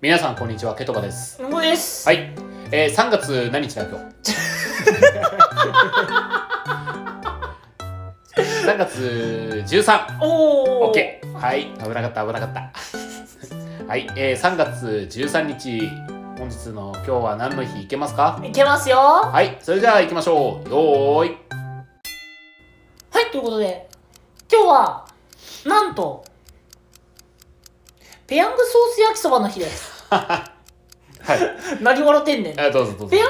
皆さんこんにちはケトバですもうです。はい、えー、3月何日だ今日 3月13おお。オッケーはい危なかった危なかった はい、えー、3月13日本日の今日は何の日いけますかいけますよ。ははいそれじゃあ行きましょうよーいい、ということで、今日は、なんと、ペヤングソース焼きそばの日 です。はい何笑ってんねん。ペヤン あどうぞどうぞグソース焼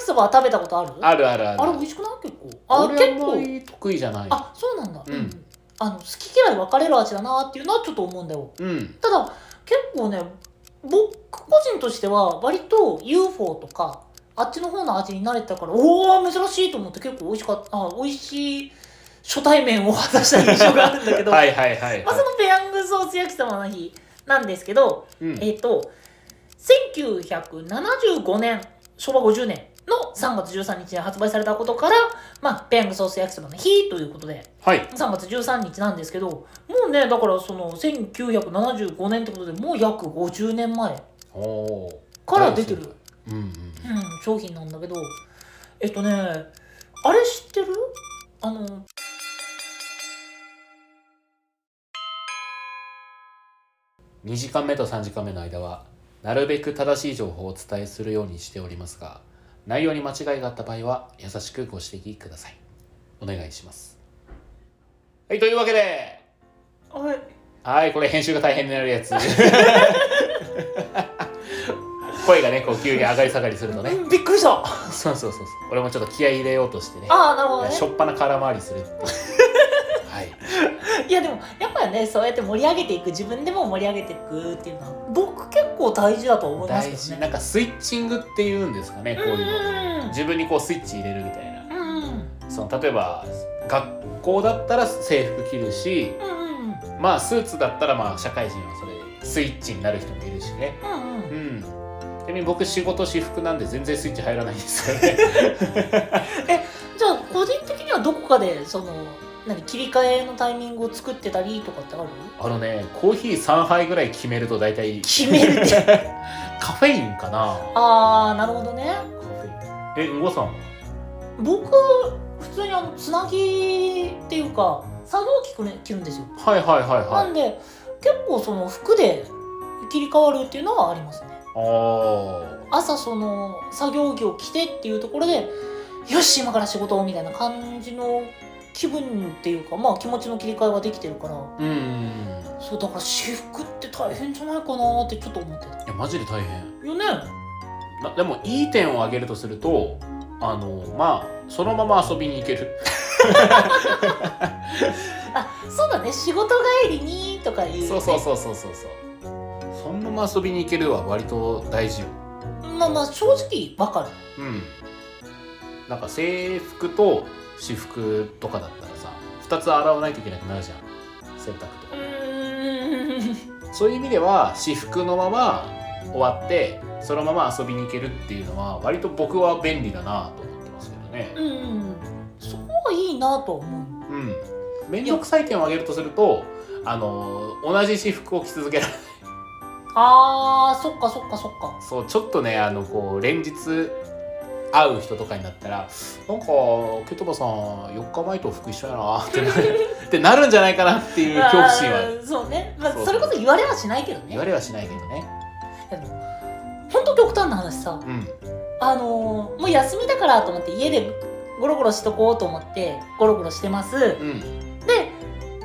きそばは食べたことあるああるあるあるれ、美味しくない結構。あ、俺結あんま構。り得意じゃないあ、そうなんだ。うん。あの、好き嫌い分かれる味だなっていうのはちょっと思うんだよ。うんただ結構ね僕個人としては割と UFO とかあっちの方の味に慣れてたからおお珍しいと思って結構美味しかったあ美味しい初対面を果たした 印象があるんだけど、はいはいはい、まあ、はそのペヤングソース焼きそばの日なんですけど、いうん、えっ、と1975年昭和50年の3月13日に発売されたことから、まあ、ペヤングソース焼きそばの日ということではい3月13日なんですけどもうねだからその1975年ってことでもう約50年前おおから出てる、うんうんうん、商品なんだけどえっとねあれ知ってるあの2時間目と3時間目の間はなるべく正しい情報をお伝えするようにしておりますが内容に間違いがあった場合は優しくご指摘くださいお願いしますはいというわけであれはいこれ編集が大変になるやつ 声がねこう急に上がり下がりするとねうんびっくりしたあそうそうそうそう俺もちょっと気合い入れようとしてねあなるほどねしょっぱな空回りする っていうはいいやでもやっぱねそうやって盛り上げていく自分でも盛り上げていくっていうのは僕結構大事だと思いま大すけど事ねなんかスイッチングっていうんですかねこういううんの自分にこうスイッチ入れるみたいなうんうんその例えば学校だったら制服着るしうんうんまあスーツだったらまあ社会人はそれでスイッチになる人もいるしねうんうんうんちなみに僕仕事私服なんで全然スイッチ入らないんですよ ねじゃあ個人的にはどこかでその何切り替えのタイミングを作ってたりとかってあるあのねコーヒー3杯ぐらい決めると大体決めるってカフェインかなああなるほどねカフェインえうごさんは僕普通にあのつなぎっていうか作業着く、ね、着るんですよ、はいはいはいはないんで結構その服で切り替わるっていうのはありますねあー朝その作業着を着てっていうところでよし今から仕事みたいな感じの気分っていうかまあ気持ちの切り替えはできてるからうんうんうんそうだから私服って大変じゃないかなってちょっと思ってたいやマジで大変よねなでもいい点を挙げるとするとあのまあそのまま遊びに行けるあそうだね仕事帰りにとかいう、ね、そうそうそうそうそうそうそのまま遊びに行けるは割と大事よまあまあ正直わかるうんなんか制服と私服とかだったらさ2つ洗わないといけなくなるじゃん洗濯とうーんかそういう意味では私服のまま終わってそのまま遊びに行けるっていうのは割と僕は便利だなと思ってますけどねうんそこはいいなとは思ううん面倒くさい点を挙げるとするとあの同じ私服を着続けられあーそっかそっかそっかそうちょっとねあのこう連日会う人とかになったらなんかケトバさん4日前と服一緒やなってなるってなるんじゃないかなっていう恐怖心はあーそうね、まあ、そうそれこそ言われはしないけどね言われはしないけどねいやでもほんと極端な話さうんあのーもう休みだからと思って家でゴロゴロしとこうと思ってゴロゴロしてますでう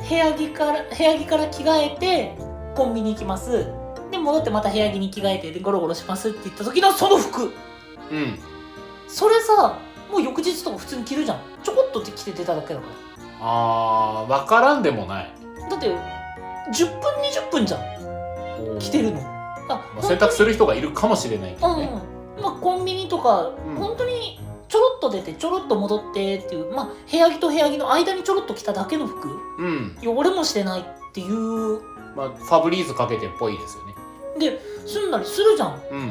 ん部屋着から部屋着から着替えてコンビニ行きますで戻ってまた部屋着に着替えてでゴロゴロしますって言った時のその服うんそれさもう翌日とか普通に着るじゃんちょこっと着て出ただけだからあー分からんでもないだって10分20分じゃん着てるのあまあ、選択する人がいるかもしれないけほんどね、うんまあコンビニとか、うん本当にちょろっと出てちょろっと戻ってっていうまあ部屋着と部屋着の間にちょろっと着ただけの服うん汚れもしてないっていうまあ、ファブリーズかけてっぽいですよね済んだりするじゃんうん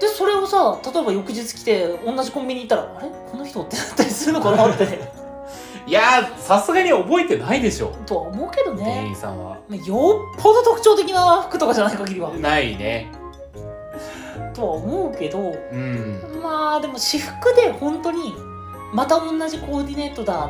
でそれをさ例えば翌日来て同じコンビニ行ったらあれこの人ってなったりするのかなっていやーさすがに覚えてないでしょ とは思うけど店ね、員さんはまあ、よっぽど特徴的な服とかじゃない限りはないねとは思うけどうんまあでも私服で本当にまた同じコーディネートだ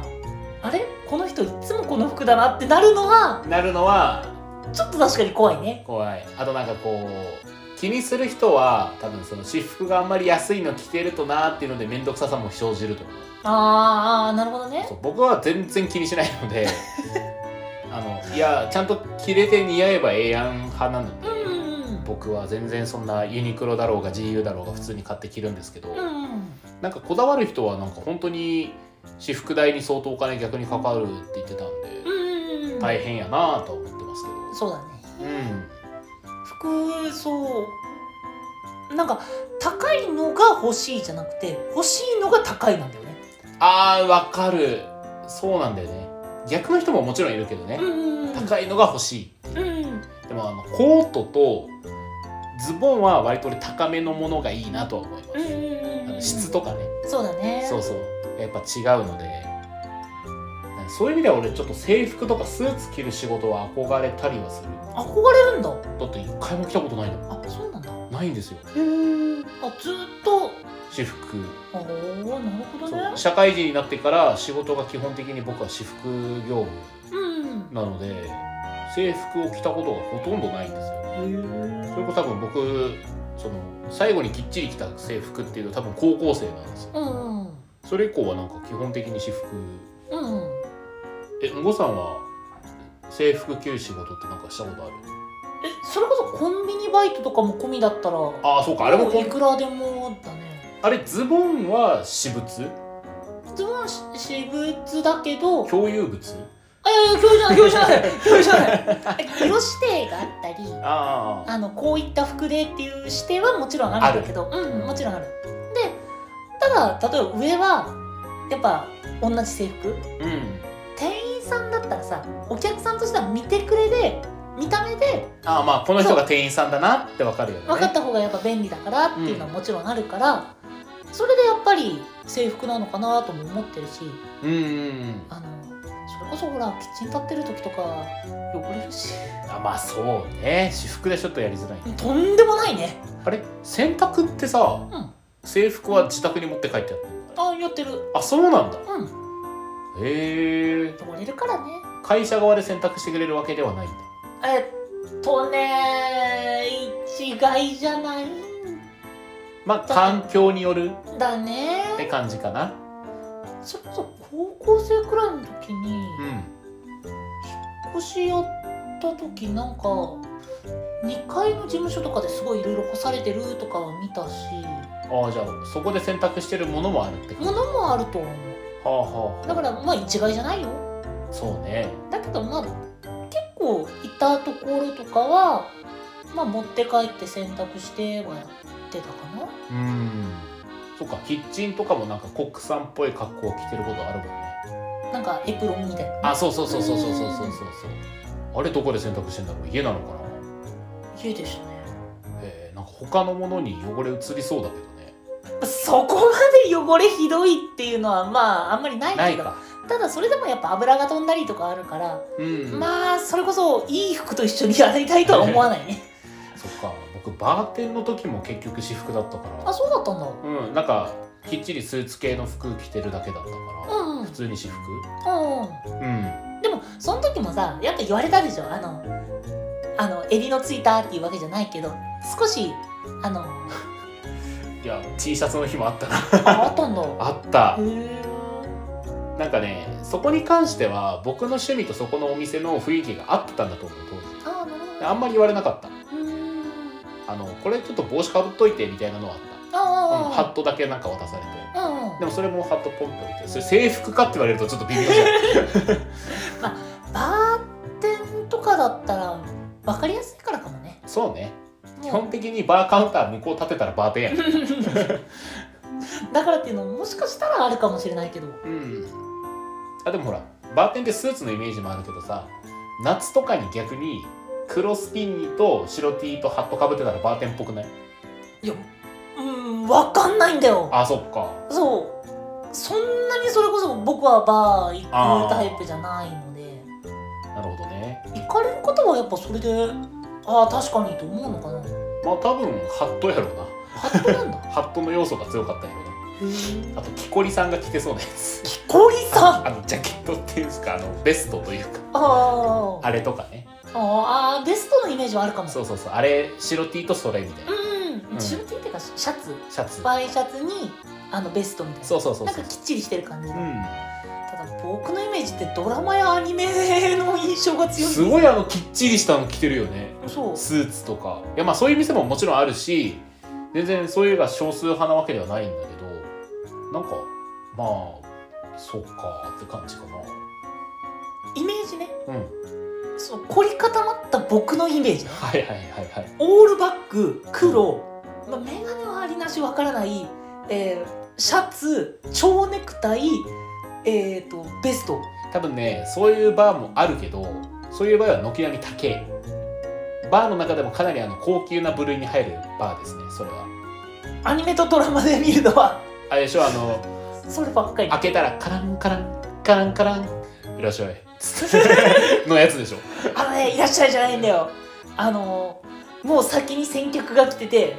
あれこの人いつもこの服だなってなるのはなるのはちょっと確かに怖いね怖いあとなんかこう気にする人は多分その私服があんまり安いの着てるとなーっていうので面倒くささも生じると思うあーあーなるほどねそう僕は全然気にしないの であのいやちゃんと着れて似合えばええやん派なのでうんうん僕は全然そんなユニクロだろうが GU だろうが普通に買って着るんですけど、うんうんなんかこだわる人はなんか本当に私服代に相当お金逆にかかるって言ってたんうで、んうんうん大変やなぁとは思ってますけどそうだねうん服そうなんか高いのが欲しいじゃなくて欲しいのが高いなんだよねあーわかるそうなんだよね逆の人ももちろんいるけどねう、んうん高いのが欲しうんいでもあのコートとズボンは割と俺高めのものがいいなとは思います、うんうんあうのん質とかね、そうだねそうそうやっぱ違うのでそういう意味では俺ちょっと制服とかスーツ着る仕事は憧れたりはする憧れるんだだって一回も着たことないのあそうなんだへないんですよえあずーっと私服ああなるほどそうね社会人になってから仕事が基本的に僕は私服業務うんなので制服を着たことがほとんどないんですよへそれこそ多分僕その最後にきっちり着た制服っていうのは多分高校生なんですよえうんうんそれ以降はなんか基本的に私服うんうんえんごさんは制服着る仕事ってなんかしたことあるえそれこそコンビニバイトとかも込みだったらああそうかあれもこいんくらでもだねあれズボンは私物ズボンし私物だけど共有物あいやいや教授じゃない教授じゃない 教授じゃない色指定があったりああのこういった服でっていう指定はもちろんあるんだけどうんもちろんあるでただ例えば上はやっぱ同じ制服あうん店員さんだったらさお客さんとしては見てくれで見た目でああまあこの人が店員さんだなってわかるよね分かった方がやっぱ便利だからっていうのはもちろんあるから、それでやっぱり制服なのかなとも思ってるしうんうんうんあのそれこそほらキッチン立ってる時とか汚れるしあまあそうね私服でちょっとやりづらいねとんでもないねあれ洗濯ってさ、うん制服は自宅に持って帰ってやってるのあやってるあそうなんだうんへえ汚れるからね会社側で洗濯してくれるわけではないんだえっとね一概じゃないんまあ環境によるだねって感じかなそれこそ高校生くらいの時に、うん腰やった時なんか2階の事務所とかですごいいろいろ干されてるとかは見たしああじゃあそこで洗濯してるものもあるって感じものもあると思うはあはだからまあ一概じゃないよあそうねだけどまあ結構いたところとかはまあ持って帰って洗濯してはやってたかなうんそっかキッチンとかもなんかコックさんっぽい格好を着てることあるもんねなんかエプロンみたいなあそうそうそうそうそうそうそうそうあれどこで洗濯してんだろう家なのか家でしたねなえー、なんか他のものに汚れ移りそうだけどねそこまで汚れひどいっていうのはまああんまりないなけいどかただそれでもやっぱ油が飛んだりとかあるからうん、まあそれこそいい服と一緒に洗いたいとは思わないねそっか僕バーテンの時も結局私服だったからあそうだったんだうんなんかきっちりスーツ系の服着てるだけだったかうら、んうんうん普通に私服ううんんでもその時もさやっぱ言われたでしょあのあの襟のついたっていうわけじゃないけど少しあのいや T シャツの日もあったな ああったんだへあったえなんかねそこに関しては僕の趣味とそこのお店の雰囲気が合ってたんだと思う当時ああなるほであんまり言われなかったどうーんあのこれちょっと帽子かぶっといてみたいなのはあったうんハッあトだけなんか渡されてあうんうんでもそれもハットポンと置いてそれ制服かって言われるとちょっと微妙じ ゃバーテンとかだったら分かりやすいからかもねんそうね基もう本的にバーカウンター向こう立てたらバーテンやんだからっていうのももしかしたらあるかもしれないけどうんあでもほらバーテンってスーツのイメージもあるけどさ夏とかに逆に黒スキニーと白 T とハットかぶってたらバーテンっぽくないいやうん分かんないんだよあそっかそうそんなにそれこそ僕はバー行くタイプじゃないのでなるほどね行かれる方はやっぱそれでああ確かにと思うのかなまあ多分ハットやろうなハットなん だハットの要素が強かったようへーなあと木こりさんが着てそうなやつ木こりさんあのジャケットっていうんですかあのベストというかあーあれとかねあーベストのイメージはあるかもそうそうそうあれ白 T とそれみたいなうんうんシルティっていうかシャツシャツワイシャツにあのベストみたいなそうそうそうなんそかうきっちりしてる感じ、うただ僕のイメージってドラマやアニメの印象がん強いすごいあのきっちりしたの着てるよねそうスーツとかいやまあそういう店ももちろんあるし全然そういうのが少数派なわけではないんだけどなんかまあそっかって感じかイメージねなうんそう凝り固まった僕のイメージねはいはいはいはいオールバック黒、まあ、眼鏡はありなしわからない、えーシャツ蝶ネクタイえっ、とベスト多分ねそういうバーもあるけどそういう場合は軒並み高いバーの中でもかなりあの高級な部類に入るバーですねそれはアニメとドラマで見るのはあれでしょあのそればっかり開けたらカランカランカランカランいらっしゃいのやつでしょあのね、いらっしゃいじゃないんだよ。あのー、もう先に先客が来てて、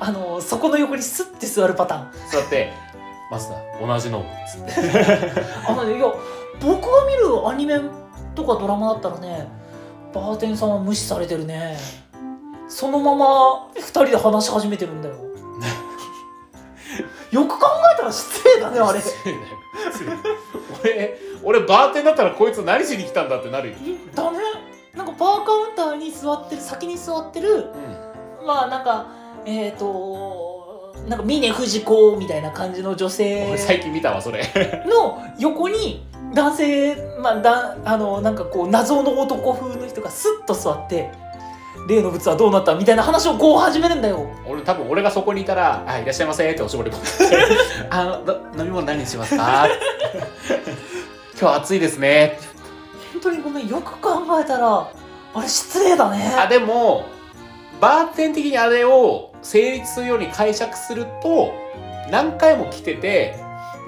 あのー、そこの横にスッて座るパターン。そうやって「マスター同じの」つってあのね、いや、僕が見るアニメとかドラマだったらね、バーテンさんは無視されてるね。そのまま二人で話し始めてるんだよ。よく考えたら失礼だね、あれ。 失礼だよ失礼俺俺バーテンだったらこいつ何しに来たんだってなるよ、だね。なんかバーカウンターに座ってる、先に座ってるうん、まあなんかえっ、ー、となんか峰不二子みたいな感じの女性俺最近見たわそれ の横に男性まあだあのなんかこう謎の男風の人がスッと座って例の物はどうなったみたいな話をこう始めるんだよ俺多分俺がそこにいたら「あいらっしゃいませ」っておしぼり持って あのど飲み物何にしますか?」 今日暑いですね本当にごめんよく考えたらあれ失礼だねあでもバーテン的にあれを成立するように解釈すると何回も来てて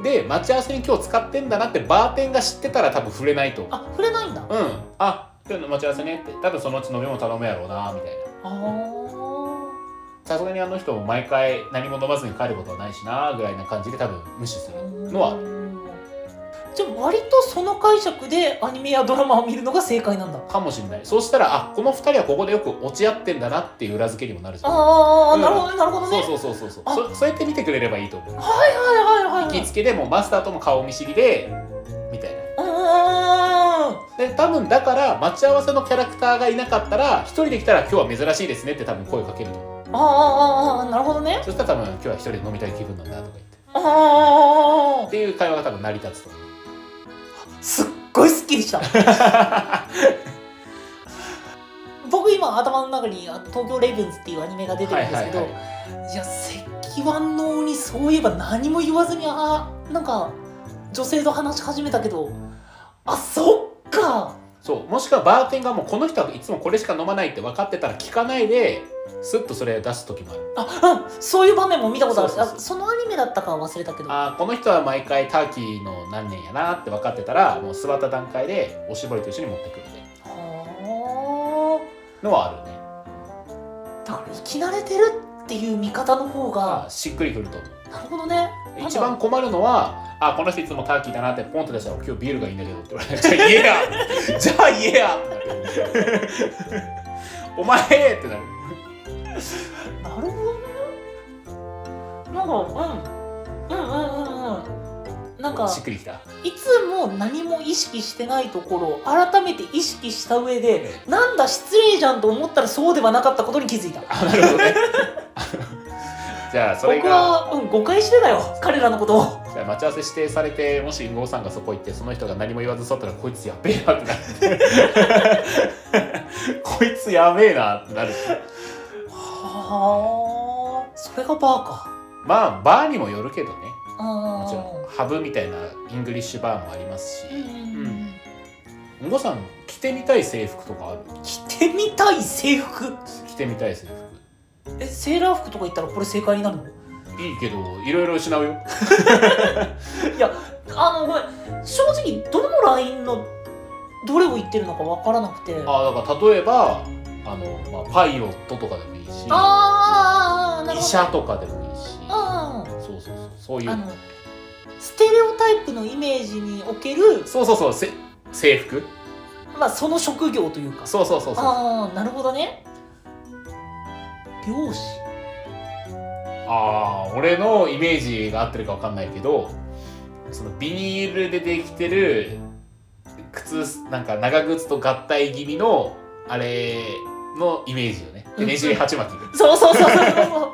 で待ち合わせに今日使ってんだなってバーテンが知ってたら多分触れないとあ触れないんだあうんあ今日の待ち合わせねって多分そのうち飲み物頼むやろうなみたいなあーさすがにあの人も毎回何も飲まずに帰ることはないしなぐらいな感じで多分無視するのはじゃあ割とその解釈でアニメやドラマを見るのが正解なんだかもしれないそうしたらあこの2人はここでよく落ち合ってんだなっていう裏付けにもなるじゃんああうんなるほどねなるほどそねうそうそうそうそうあそそうやって見てくれればいいと思うはいはいはいは行いきつけでもうマスターとも顔見知りでみたいなうで多分だから待ち合わせのキャラクターがいなかったら一人で来たら今日は珍しいですねって多分声かけると思うんああああなるほどねそしたら多分今日は一人で飲みたい気分なんだとか言ってあっあていう会話が多分成り立つと思うすっごいすっきりした 僕今頭の中にあ「東京レイブンズ」っていうアニメが出てるんですけど、はいいはいはいや石腕の鬼そういえば何も言わずにあーなんか女性と話し始めたけどあそっかそうもしくはバーテンがもうこの人はいつもこれしか飲まないって分かってたら聞かないでスッとそれ出す時もあるあうんそういう場面も見たことあるそうそうそうあそのアニメだったかは忘れたけどあーこの人は毎回ターキーの何年やなって分かってたらもう座った段階でおしぼりと一緒に持ってくるみたいなはのはあるねあだから生き慣れてるっていう見方の方があーしっくりくると思うなるほどね。一番困るのは、あ、この人いつもターキーだなってポンと出したら、今日ビールがいいんだけどって言われて、 じゃあ言えやじゃあ言えや ってなるお前ってなる。なるほどね。なんか、うん、うんうんうんうん。なんかしっくりきた。いつも何も意識してないところを改めて意識した上でなんだ失礼じゃんと思ったらそうではなかったことに気づいたあ、なるほどね。 じゃあ、それ僕が、は、うん、誤解してたよ彼らのことをじゃあ待ち合わせ指定されて、もしインゴさんがそこ行って、その人が何も言わず去ったら、こいつやべえなってなる。こいつやべえなってなる。はあそれがバーかまあ、バーにもよるけどね。うんもちろん、ハブみたいなイングリッシュバーもありますし。うんうんうんおごさん着てみたい制服とかある着てみたい制服着てみたい制えセーラー服とか言ったらこれ正解になるの服いいけどいろいろ失うよあのごめん正直どのラインのどれを言ってるのかわからなくてああだから例えばあの、まあ、パイロットとかでもいいしあーなる医ほど者とかでもいいしああそうそうそうそういあうのステレオタイプのイメージにおける、そうそうそうせ制服まあ、その職業というかそうそうそうそうあああなるほどね漁師あー俺のイメージが合ってるかわかんないけどそのビニールでできてる靴なんか長靴と合体気味のあれのイメージよねでねじり鉢巻きそうそうそ うそうそう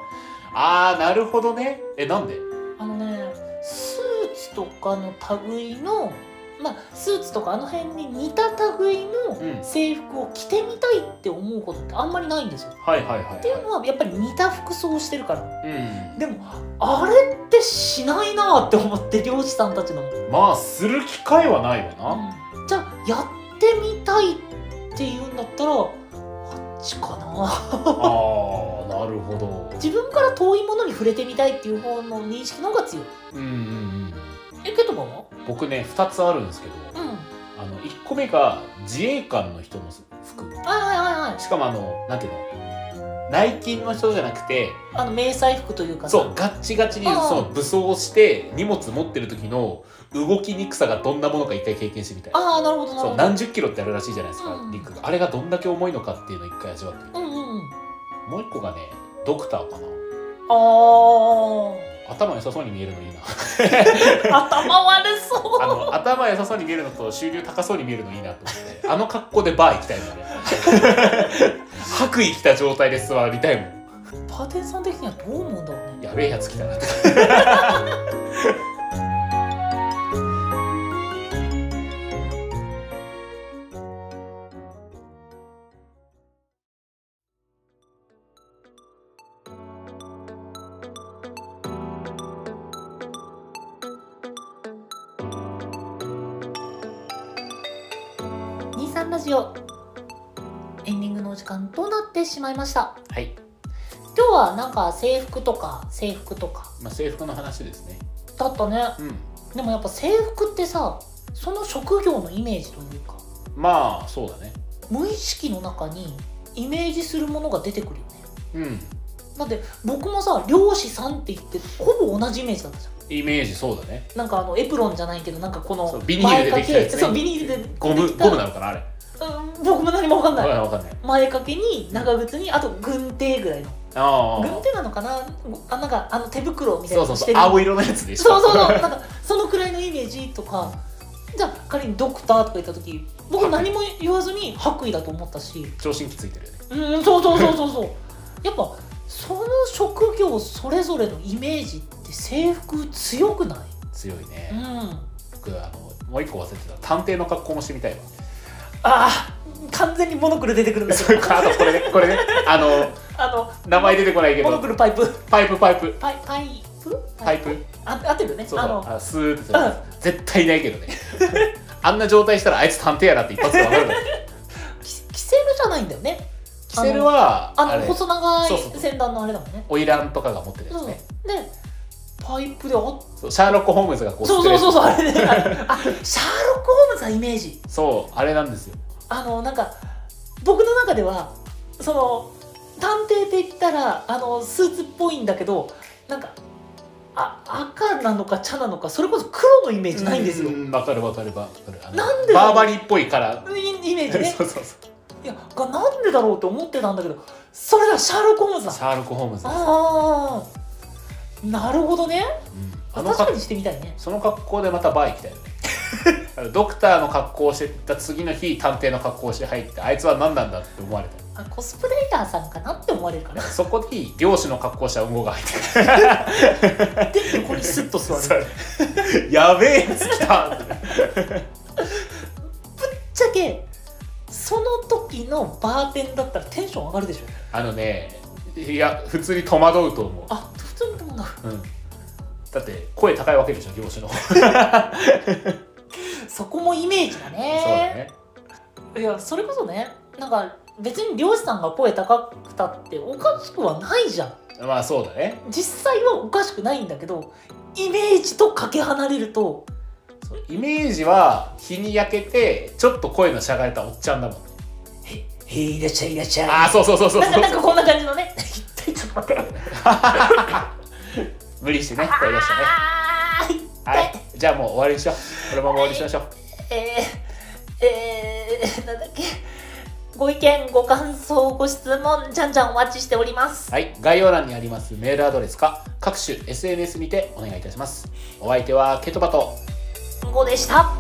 ああなるほどねえなんであのねスーツとかの類のまあスーツとかあの辺に似た類うのん制服を着てみたいって思うことってあんまりないんですよ。はいはいはいっていうのはやっぱり似た服装をしてるからうんでもあれってしないなって思って漁師さんたちのも、うまあする機会はないわな、んじゃあやってみたいっていうんだったらあっちかなああなるほど自分から遠いものに触れてみたいっていう方の認識の方が強いうんうんえケトバはうん僕ね2つあるんですけどうんはいあの1個目が自衛官の人の服はいはいはいしかもあのなんていうの内勤の人じゃなくてあの迷彩服というかさそうガッチガチにあーその武装をして荷物持ってる時の動きにくさがどんなものか一回経験してみたいああなるほどなるそうほど何十キロってあるらしいじゃないですか、うん陸があれがどんだけ重いのかっていうのを一回味わってみたうんうんうんもう一個がねドクターかなあ頭良さそうに見えるのいいなあ頭悪そうあの頭良さそうに見えるのと収入高そうに見えるのいいなと思ってあの格好でバー行きたいもんね 白衣着た状態で座りたいもんパーテンさん的にはどう思うんだろうねやべえやつ来たなって23ラジオエンディングのお時間となってしまいましたはい、今日はなんか制服とか制服とかまあ、制服の話ですねだったねうんでもやっぱ制服ってさその職業のイメージというかまあそうだね無意識の中にイメージするものが出てくるよねうんだって僕もさ漁師さんって言ってほぼ同じイメージだったじゃんイメージそうだねなんかあのエプロンじゃないけどなんかこそうのビニールでできたやつねそうビニールでゴムゴムなのかなあれうん僕も何も分かんない、わかんない前掛けに長靴にあと軍手ぐらいのああ軍手なのかなあなんかあの手袋みたいそなうそのうしそてうる青色のやつでしょそうそうそうなんかそのくらいのイメージとかじゃあ仮にドクターとか言った時僕何も言わずに白衣だと思ったし聴診器ついてるよねうんそうそうそうそう そうやっぱその職業それぞれのイメージって制服強くない強いね、うんあ僕あのもう一個忘れてた探偵の格好もしてみたいわ あ完全にモノクル出てくるんだそけれどかあとこれねこれねあのあの名前出てこないけモノどクルパイプパイプパイプパイパイプパイプあ合ってるよねそうあそのうあスーってするやつ絶対いないけどねあんな状態したらあいつ探偵やなって一発で分か るのキキセルじゃないんだよねキセルはああのれ細長そうそうそいう先端のあれだもんねオイランとかが持ってるやうつんねで、パイプであっそうシャーロック・ホームズがこうそ吸うってるそうやつそうそうあれね あれあシャーロック・ホームズはイメージそうあれなんですよあのなんか僕の中ではその探偵って言ったらあのスーツっぽいんだけどなんかあ赤なのか茶なのかそれこそ黒のイメージないんですようわかるわかるわかるあのなんでだろバーバうリーっぽいからイイメージ ねそうそうそういやがなんでだろうって思ってたんだけどそれがシャーロック・ホームズだシャーロック・ホームズです、ああなるほどねうんあの格確か好にしてみたいねその格好でまたバー行きたい よねあのドクターの格好をしてった次の日探偵の格好をして入ってあいつは何なんだって思われたあコスプレイヤーさんかなって思われるかなそ こに漁師の格好をした雲母が入ってで横にスッと座るぶっくる やべえやつ来たちゃけその時のバーテンだったらテンション上がるでしょあのねいや普通に戸惑うと思あ普通にともなう、うん、だって声高いわけでしょ漁師の方そうそこもイメージだだねねいやそれこそねなんか別に漁師さんが声高くたっておかしくはないじゃんまあそうだね実際はおかしくないんだけどイメージとかけ離れるとそうイメージは日に焼けてちょっと声のしゃがれたおっちゃんだもんね「へへいらっしゃいいらっしゃい」ああそうそうそうそうなんそかうなんかこんな感じのね 一体ちょっと待って無理してね声出したねあーはいじゃあもう終わりにしようこのまま終わりにしましょうえー、えー、なんだっけご意見ご感想ご質問じゃんじゃんお待ちしておりますはい概要欄にありますメールアドレスか各種 SNS にてお願いいたしますお相手はケトバとごでした